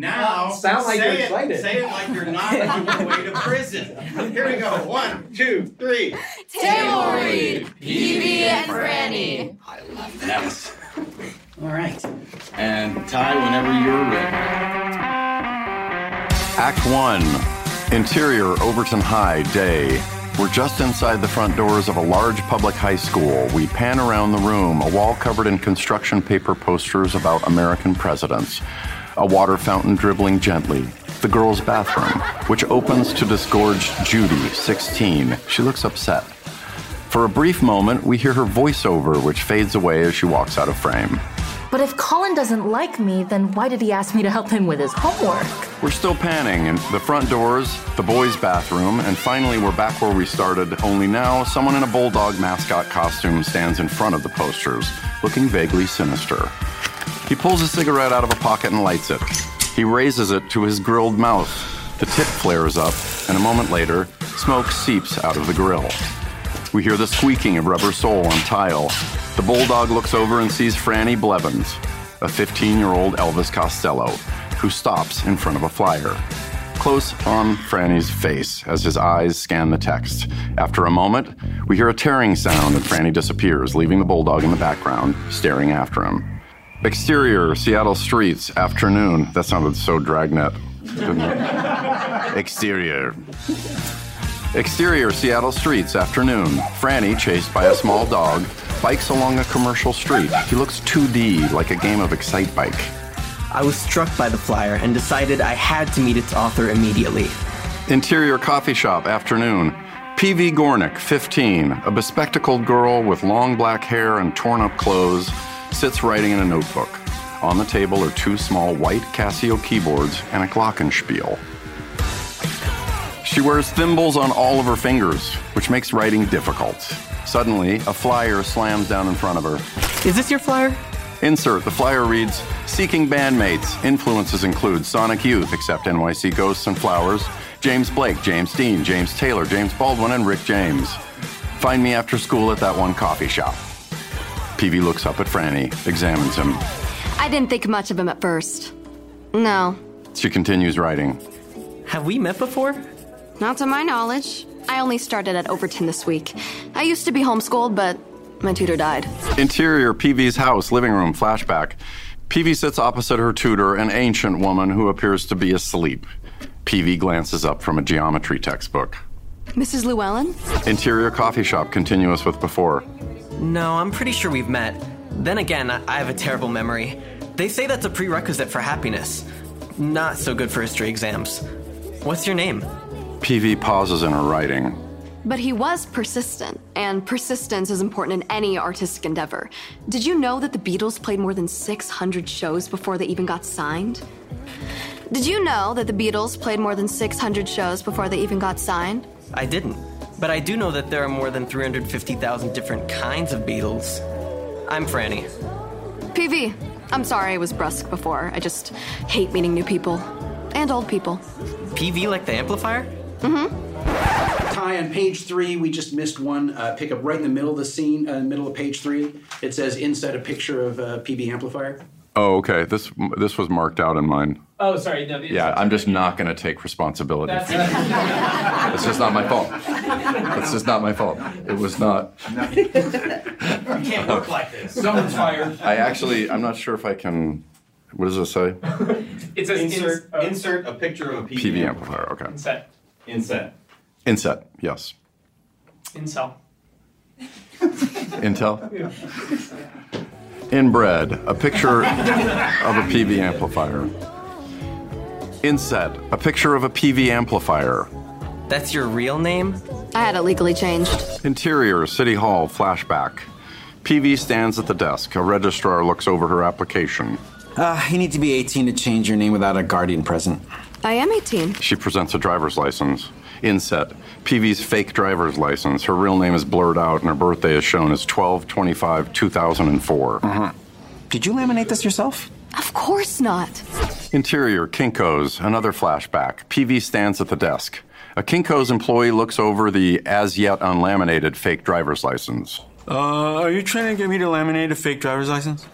Now, Sound like say you're it, excited. Say it like you're not on your way to prison. Here we go. One, two, three. Table read. PB and Franny. I love that. All right. And Ty, whenever you're ready. Act One Interior Overton High, day. We're just inside the front doors of a large public high school. We pan around the room, a wall covered in construction paper posters about American presidents, a water fountain dribbling gently, the girls' bathroom, which opens to disgorge Judy, 16. She looks upset. For a brief moment, we hear her voiceover, which fades away as she walks out of frame. But if Colin doesn't like me, then why did he ask me to help him with his homework? We're still panning, and the front doors, the boys' bathroom, and finally we're back where we started, only now someone in a bulldog mascot costume stands in front of the posters, looking vaguely sinister. He pulls a cigarette out of a pocket and lights it. He raises it to his grilled mouth. The tip flares up, and a moment later, smoke seeps out of the grill. We hear the squeaking of rubber sole on tile. The bulldog looks over and sees Franny Blevins, a 15 year old Elvis Costello, who stops in front of a flyer. Close on Franny's face as his eyes scan the text. After a moment, we hear a tearing sound and Franny disappears, leaving the bulldog in the background, staring after him. Exterior, Seattle streets, afternoon. That sounded so dragnet, didn't it? Exterior, Exterior Seattle streets, afternoon. Franny, chased by a small dog, bikes along a commercial street. He looks 2D like a game of Excite Bike. I was struck by the flyer and decided I had to meet its author immediately. Interior coffee shop, afternoon. PV Gornick, 15, a bespectacled girl with long black hair and torn up clothes, sits writing in a notebook. On the table are two small white Casio keyboards and a Glockenspiel. She wears thimbles on all of her fingers, which makes writing difficult. Suddenly, a flyer slams down in front of her. Is this your flyer? Insert the flyer reads Seeking bandmates. Influences include Sonic Youth, except NYC Ghosts and Flowers, James Blake, James Dean, James Taylor, James Baldwin, and Rick James. Find me after school at that one coffee shop. PV looks up at Franny, examines him. I didn't think much of him at first. No, She continues writing. Have we met before? not to my knowledge. I only started at Overton this week. I used to be homeschooled, but my tutor died. Interior PV's house, living room, flashback. PV sits opposite her tutor, an ancient woman who appears to be asleep. PV glances up from a geometry textbook. Mrs. Llewellyn? Interior coffee shop, continuous with before. No, I'm pretty sure we've met. Then again, I I have a terrible memory. They say that's a prerequisite for happiness. Not so good for history exams. What's your name? PV pauses in her writing. But he was persistent, and persistence is important in any artistic endeavor. Did you know that the Beatles played more than 600 shows before they even got signed? Did you know that the Beatles played more than 600 shows before they even got signed? I didn't. But I do know that there are more than 350,000 different kinds of beetles. I'm Franny. PV, I'm sorry I was brusque before. I just hate meeting new people and old people. PV like the amplifier? Ty, on page three, we just missed one uh, pickup right in the middle of the scene, uh, middle of page three. It says inside a picture of uh, PB amplifier. Oh, okay. This this was marked out in mine. Oh, sorry. No, it's- Yeah, I'm just not going to take responsibility. It's just not my fault. It's just not my fault. It was not. You can't work like this. someone's fired. I actually, I'm not sure if I can. What does it say? It says Insert, uh, ins- oh, insert a picture of a PV, PV amplifier. Okay. Inset. Inset. Inset. Yes. Incel. Intel. Inbred, a picture of a PV amplifier. Inset, a picture of a PV amplifier. That's your real name? I had it legally changed. Interior, City Hall, flashback. PV stands at the desk. A registrar looks over her application. Uh, you need to be 18 to change your name without a guardian present. I am 18. She presents a driver's license. Inset. PV's fake driver's license. Her real name is blurred out and her birthday is shown as 12 25 2004. Did you laminate this yourself? Of course not. Interior Kinko's, another flashback. PV stands at the desk. A Kinko's employee looks over the as yet unlaminated fake driver's license. Uh, are you trying to get me to laminate a fake driver's license?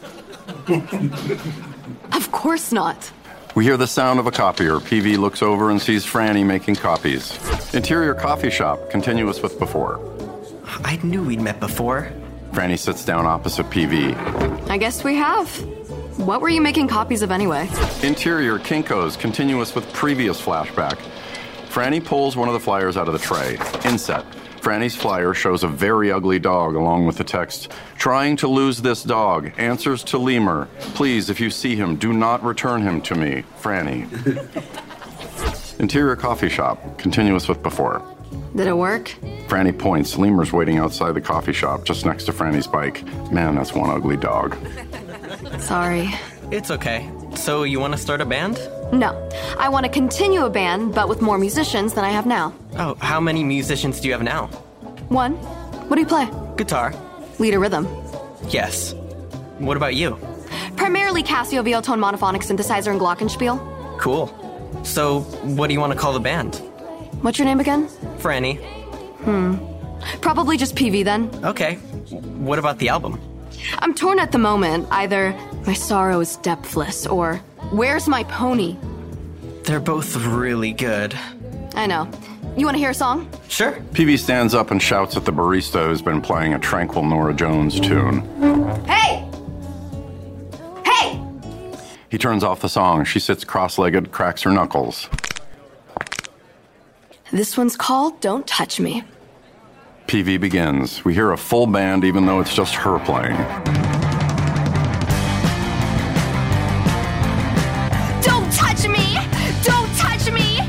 Of course not. We hear the sound of a copier. PV looks over and sees Franny making copies. Interior coffee shop, continuous with before. I knew we'd met before. Franny sits down opposite PV. I guess we have. What were you making copies of anyway? Interior Kinko's, continuous with previous flashback. Franny pulls one of the flyers out of the tray. Inset. Franny's flyer shows a very ugly dog along with the text Trying to lose this dog. Answers to Lemur. Please, if you see him, do not return him to me. Franny. Interior coffee shop, continuous with before. Did it work? Franny points. Lemur's waiting outside the coffee shop just next to Franny's bike. Man, that's one ugly dog. Sorry. It's okay. So, you want to start a band? No. I want to continue a band, but with more musicians than I have now. Oh, how many musicians do you have now? One. What do you play? Guitar. Lead a rhythm. Yes. What about you? Primarily Casio Viol Tone Monophonic Synthesizer and Glockenspiel. Cool. So, what do you want to call the band? What's your name again? Franny. Probably just PV then. Okay. What about the album? I'm torn at the moment. Either my sorrow is depthless or where's my pony? They're both really good. I know. You want to hear a song? Sure. PV stands up and shouts at the barista who's been playing a tranquil Nora Jones tune. Hey! Hey! He turns off the song. She sits cross legged, cracks her knuckles. This one's called Don't Touch Me. PV begins. We hear a full band, even though it's just her playing. Don't touch me! Don't touch me!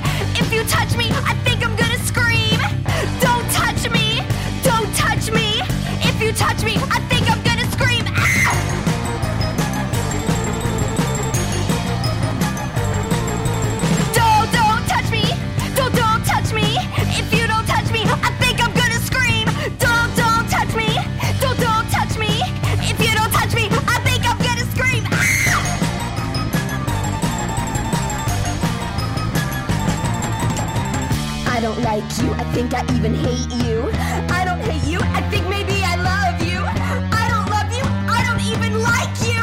If you touch me, I think I'm gonna scream! Don't touch me! Don't touch me! If you touch me, I think I'm gonna scream! Ah! Don't, don't touch me! Don't, don't touch me! If you don't touch me, I think I'm gonna scream! Don't, don't touch me! Don't, don't touch me! If you don't touch me, I think I'm gonna scream! Ah! I don't like you. I think I even hate you. I don't hate you. I think maybe I love you. I don't love you. I don't even like you.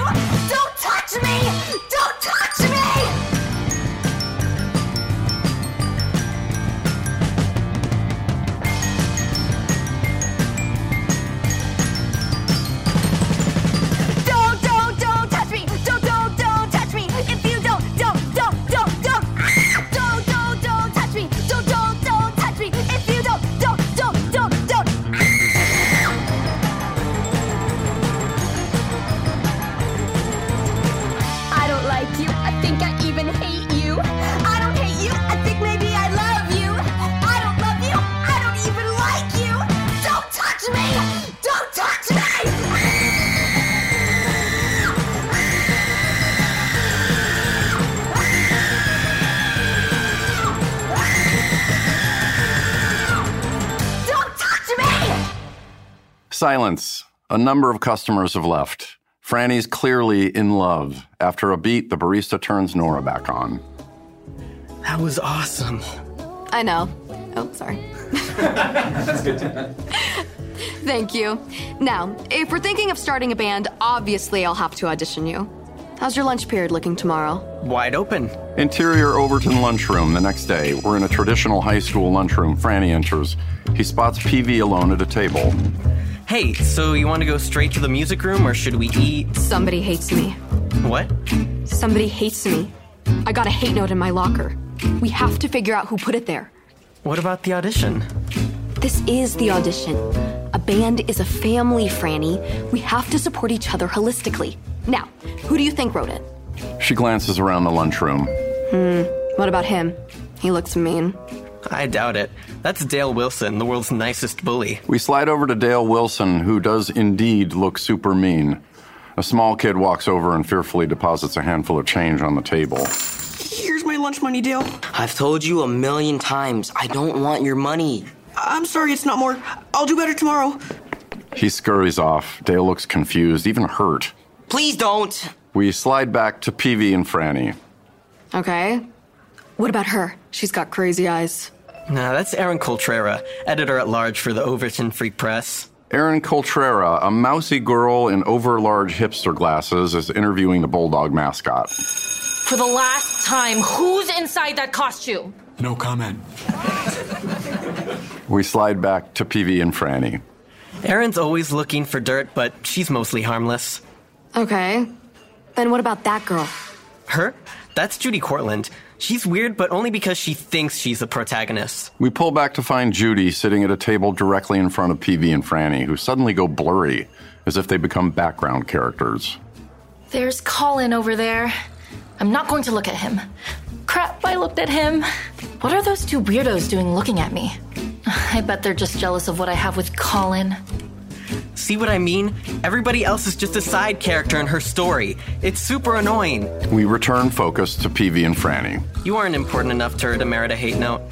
Don't touch me. Don't touch me. Don't, don't, don't touch me. Don't, don't, don't touch me. If you don't, don't, don't, don't, don't. Ah! Don't, don't, don't touch me. Don't, don't, don't touch me. If you don't, don't, don't, don't, don't. Ah! I don't like you. I think I even hate you. I don't hate you. I think maybe I love you. I don't love you. I don't even like you. Don't touch me. Don't touch me. Don't touch me. Silence. A number of customers have left. Franny's clearly in love. After a beat, the barista turns Nora back on. That was awesome. I know. Oh, sorry. Thank you. Now, if we're thinking of starting a band, obviously I'll have to audition you. How's your lunch period looking tomorrow? Wide open. Interior Overton lunchroom the next day. We're in a traditional high school lunchroom. Franny enters. He spots PV alone at a table. Hey, so you want to go straight to the music room or should we eat? Somebody hates me. What? Somebody hates me. I got a hate note in my locker. We have to figure out who put it there. What about the audition? This is the audition. A band is a family, Franny. We have to support each other holistically. Now, who do you think wrote it? She glances around the lunchroom. What about him? He looks mean. I doubt it. That's Dale Wilson, the world's nicest bully. We slide over to Dale Wilson, who does indeed look super mean. A small kid walks over and fearfully deposits a handful of change on the table. Here's my lunch money deal. I've told you a million times, I don't want your money. I'm sorry, it's not more. I'll do better tomorrow. He scurries off. Dale looks confused, even hurt. Please don't. We slide back to PV and Franny. Okay. What about her? She's got crazy eyes. Nah, that's Aaron Coltrera, editor at large for the Overton Free Press. Erin Coltrera, a mousy girl in overlarge hipster glasses, is interviewing the bulldog mascot. For the last time, who's inside that costume? No comment. We slide back to PV and Franny. Erin's always looking for dirt, but she's mostly harmless. Okay. Then what about that girl? Her? That's Judy Cortland. She's weird, but only because she thinks she's the protagonist. We pull back to find Judy sitting at a table directly in front of PV and Franny, who suddenly go blurry, as if they become background characters. There's Colin over there. I'm not going to look at him. Crap, I looked at him. What are those two weirdos doing looking at me? I bet they're just jealous of what I have with Colin. See what I mean? Everybody else is just a side character in her story. It's super annoying. We return focus to PV and Franny. You aren't important enough to her to merit a hate note.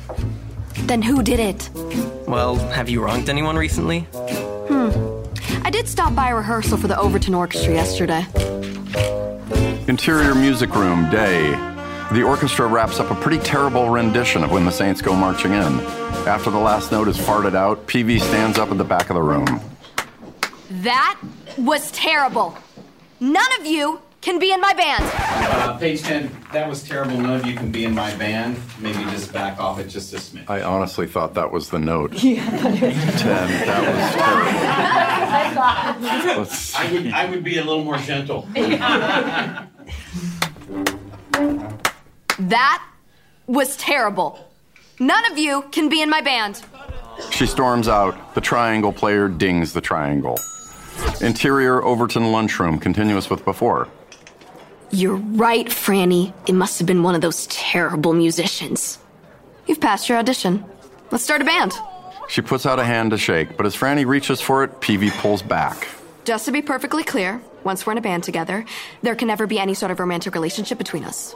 Then who did it? Well, have you wronged anyone recently? Hmm. I did stop by a rehearsal for the Overton Orchestra yesterday. Interior music room, day. The orchestra wraps up a pretty terrible rendition of When the Saints Go Marching In. After the last note is farted out, PV stands up at the back of the room. That was terrible. None of you can be in my band. Uh, page 10, that was terrible. None of you can be in my band. Maybe just back off it just a smidge. I honestly thought that was the note. Yeah, that I would, I would be a little more gentle. That was terrible. None of you can be in my band. was terrible. She storms out. The triangle player dings the triangle. Interior Overton lunchroom, continuous with before. You're right, Franny. It must have been one of those terrible musicians. You've passed your audition. Let's start a band. She puts out a hand to shake, but as Franny reaches for it, PV pulls back. Just to be perfectly clear, once we're in a band together, there can never be any sort of romantic relationship between us.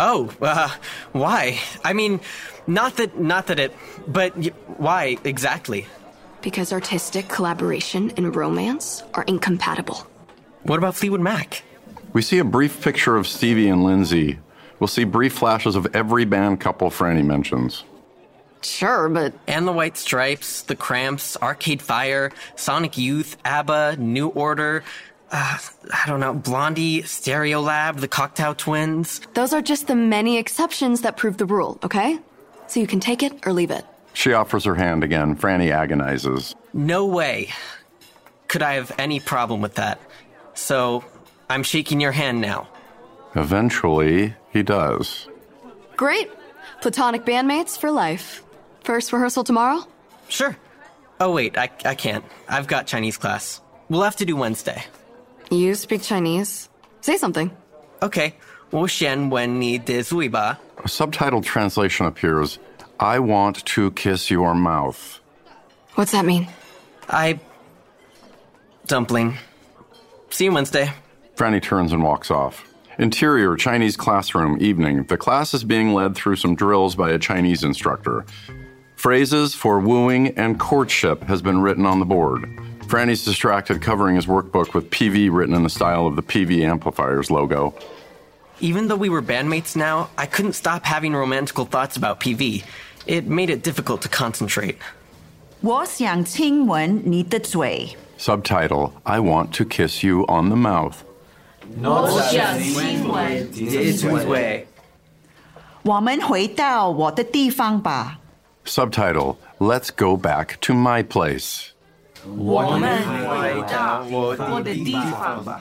Oh, uh, why? I mean, not that, not that it, but y- why exactly? Because artistic collaboration and romance are incompatible. What about Fleetwood Mac? We see a brief picture of Stevie and Lindsay. We'll see brief flashes of every band couple Franny mentions. Sure, but. And the White Stripes, The Cramps, Arcade Fire, Sonic Youth, ABBA, New Order, uh, I don't know, Blondie, Stereo Lab, The Cocktail Twins. Those are just the many exceptions that prove the rule, okay? So you can take it or leave it. She offers her hand again. Franny agonizes. No way could I have any problem with that. So I'm shaking your hand now. Eventually, he does. Great. Platonic bandmates for life. First rehearsal tomorrow? Sure. Oh, wait, I, I can't. I've got Chinese class. We'll have to do Wednesday. You speak Chinese. Say something. Okay. 我选问你的嘴巴. A subtitled translation appears I want to kiss your mouth. What's that mean? I. Dumpling. See you Wednesday. Franny turns and walks off. Interior Chinese classroom, evening. The class is being led through some drills by a Chinese instructor. Phrases for wooing and courtship has been written on the board. Franny's distracted, covering his workbook with PV written in the style of the PV Amplifiers logo. Even though we were bandmates now, I couldn't stop having romantical thoughts about PV. It made it difficult to concentrate. 我想亲吻你的嘴。 Subtitle I want to kiss you on the mouth. Oh, 我想亲吻你的嘴。我们回到我的地方吧。 Subtitle Let's go back to my place. 我们回到我的地方吧。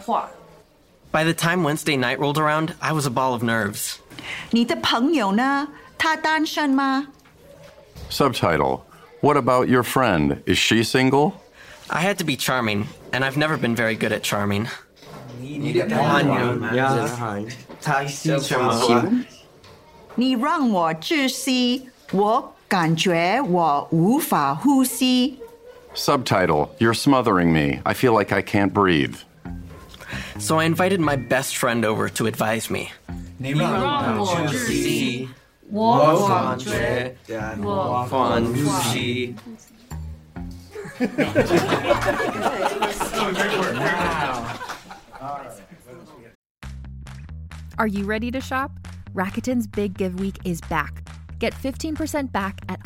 By the time Wednesday night rolled around, I was a ball of nerves. 你的朋友呢？他单身吗？ Subtitle What about your friend? Is she single? I had to be charming, and I've never been very good at charming. Charming. 你让我窒息，我感觉我无法呼吸。 Subtitle You're smothering me. I feel like I can't breathe. so I invited my best friend over to advise me. 你让我窒息，Oh, 我感觉我放弃。 Are you ready to shop? Rakuten's Big Give Week is back. Get 15% back at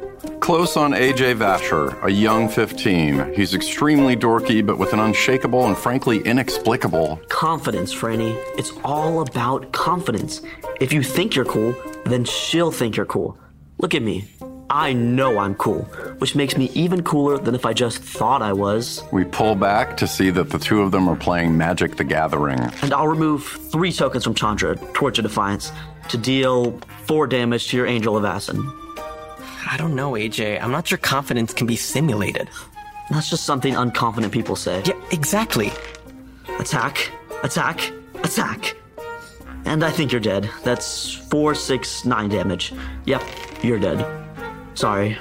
Close on AJ Vasher, a young 15. He's extremely dorky, but with an unshakable and frankly inexplicable. Confidence, Franny. It's all about confidence. If you think you're cool, then she'll think you're cool. Look at me. I know I'm cool, which makes me even cooler than if I just thought I was. We pull back to see that the two of them are playing Magic the Gathering. And I'll remove three tokens from Chandra, Torture Defiance, to deal four damage to your Angel of Asin. I don't know, AJ. I'm not sure confidence can be simulated. That's just something unconfident people say. Yeah, exactly. Attack, attack, attack. And I think you're dead. That's four, six, nine damage. Yep, you're dead. Sorry.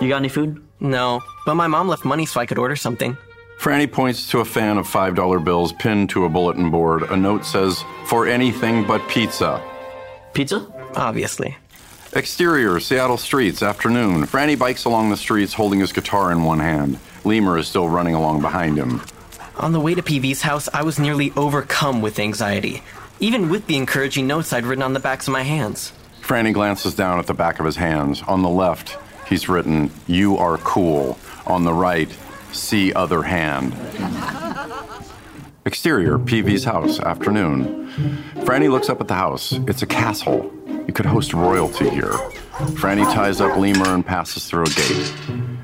You got any food? No, but my mom left money so I could order something. Franny points to a fan of $5 bills pinned to a bulletin board. A note says, For anything but pizza. Pizza? Obviously. Exterior, Seattle streets, afternoon. Franny bikes along the streets holding his guitar in one hand. Lemur is still running along behind him. On the way to PV's house, I was nearly overcome with anxiety, even with the encouraging notes I'd written on the backs of my hands. Franny glances down at the back of his hands. On the left, he's written, You are cool. On the right, see other hand. Exterior, PV's house, afternoon. Franny looks up at the house. It's a castle. You could host royalty here. Franny ties up Lemur and passes through a gate.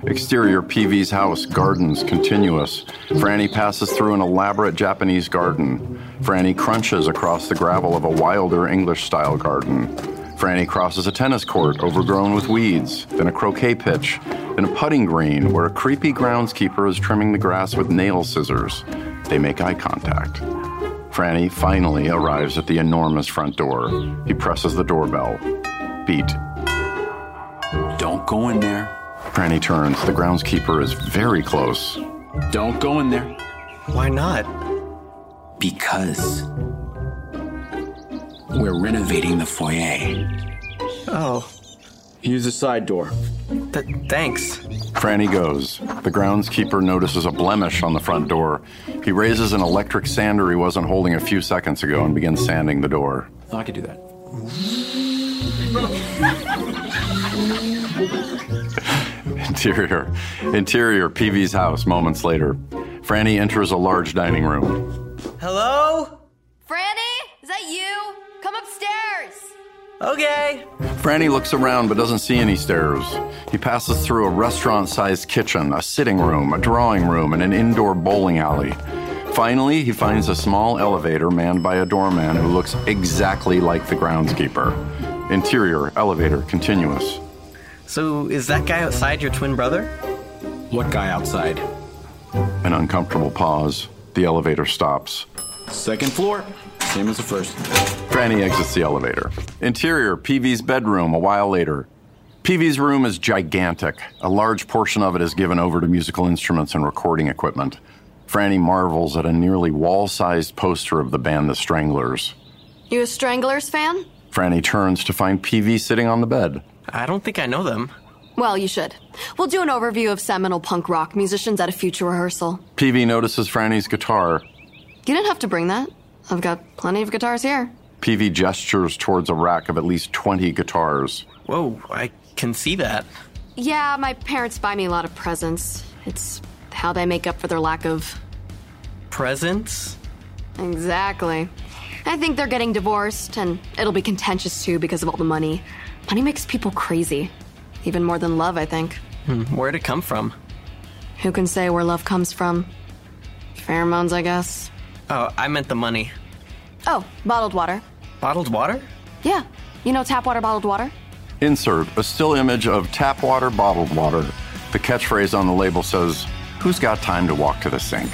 Exterior, PV's house, gardens, continuous. Franny passes through an elaborate Japanese garden. Franny crunches across the gravel of a wilder English style garden. Franny crosses a tennis court overgrown with weeds, then a croquet pitch, then a putting green where a creepy groundskeeper is trimming the grass with nail scissors. They make eye contact. Franny finally arrives at the enormous front door. He presses the doorbell. Beat. Don't go in there. Franny turns. The groundskeeper is very close. Don't go in there. Why not? Because we're renovating the foyer. Oh. Use the side door. Th- thanks. Franny goes. The groundskeeper notices a blemish on the front door. He raises an electric sander he wasn't holding a few seconds ago and begins sanding the door. I could do that. Interior. Interior. PV's house. Moments later, Franny enters a large dining room. Hello? Franny, is that you? Come upstairs. Okay. Franny looks around but doesn't see any stairs. He passes through a restaurant sized kitchen, a sitting room, a drawing room, and an indoor bowling alley. Finally, he finds a small elevator manned by a doorman who looks exactly like the groundskeeper. Interior, elevator, continuous. So, is that guy outside your twin brother? What guy outside? An uncomfortable pause. The elevator stops. Second floor. Same as the first. Franny exits the elevator. Interior, PV's bedroom a while later. PV's room is gigantic. A large portion of it is given over to musical instruments and recording equipment. Franny marvels at a nearly wall sized poster of the band The Stranglers. You a Stranglers fan? Franny turns to find PV sitting on the bed. I don't think I know them. Well, you should. We'll do an overview of seminal punk rock musicians at a future rehearsal. PV notices Franny's guitar. You didn't have to bring that. I've got plenty of guitars here. PV gestures towards a rack of at least 20 guitars. Whoa, I can see that. Yeah, my parents buy me a lot of presents. It's how they make up for their lack of. Presents? Exactly. I think they're getting divorced, and it'll be contentious too because of all the money. Money makes people crazy. Even more than love, I think. Hmm, Where'd it come from? Who can say where love comes from? Pheromones, I guess. Oh, I meant the money. Oh, bottled water. Bottled water? Yeah. You know tap water, bottled water? Insert a still image of tap water, bottled water. The catchphrase on the label says, Who's got time to walk to the sink?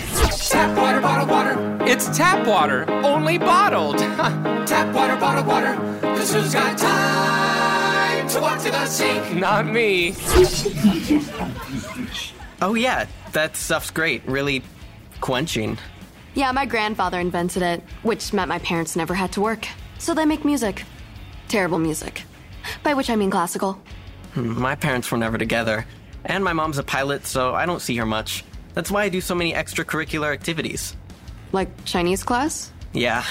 Tap water, bottled water. It's tap water, only bottled. tap water, bottled water. Cause who's got time to walk to the sink? Not me. Oh, yeah, that stuff's great. Really quenching. Yeah, my grandfather invented it, which meant my parents never had to work. So they make music. Terrible music. By which I mean classical. Hmm, My parents were never together. And my mom's a pilot, so I don't see her much. That's why I do so many extracurricular activities. Like Chinese class? Yeah.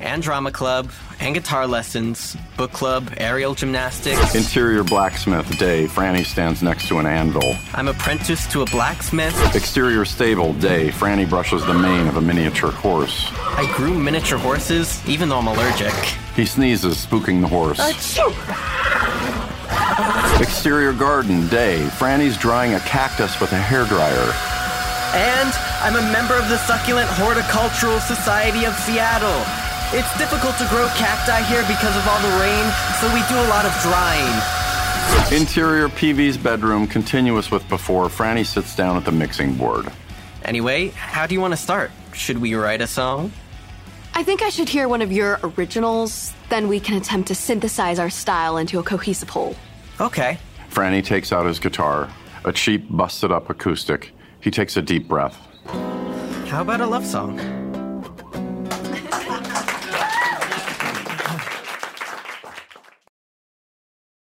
And drama club, and guitar lessons, book club, aerial gymnastics. Interior blacksmith Day. Franny stands next to an anvil. I'm apprenticed to a blacksmith. Exterior stable Day. Franny brushes the mane of a miniature horse. I grew miniature horses, even though I'm allergic. He sneezes, spooking the horse. Exterior garden Day. Franny's drying a cactus with a hairdryer. And I'm a member of the Succulent Horticultural Society of Seattle. It's difficult to grow cacti here because of all the rain, so we do a lot of drying. Interior PV's bedroom, continuous with before. Franny sits down at the mixing board. Anyway, how do you want to start? Should we write a song? I think I should hear one of your originals, then we can attempt to synthesize our style into a cohesive whole. Okay. Franny takes out his guitar, a cheap, busted up acoustic. He takes a deep breath. How about a love song?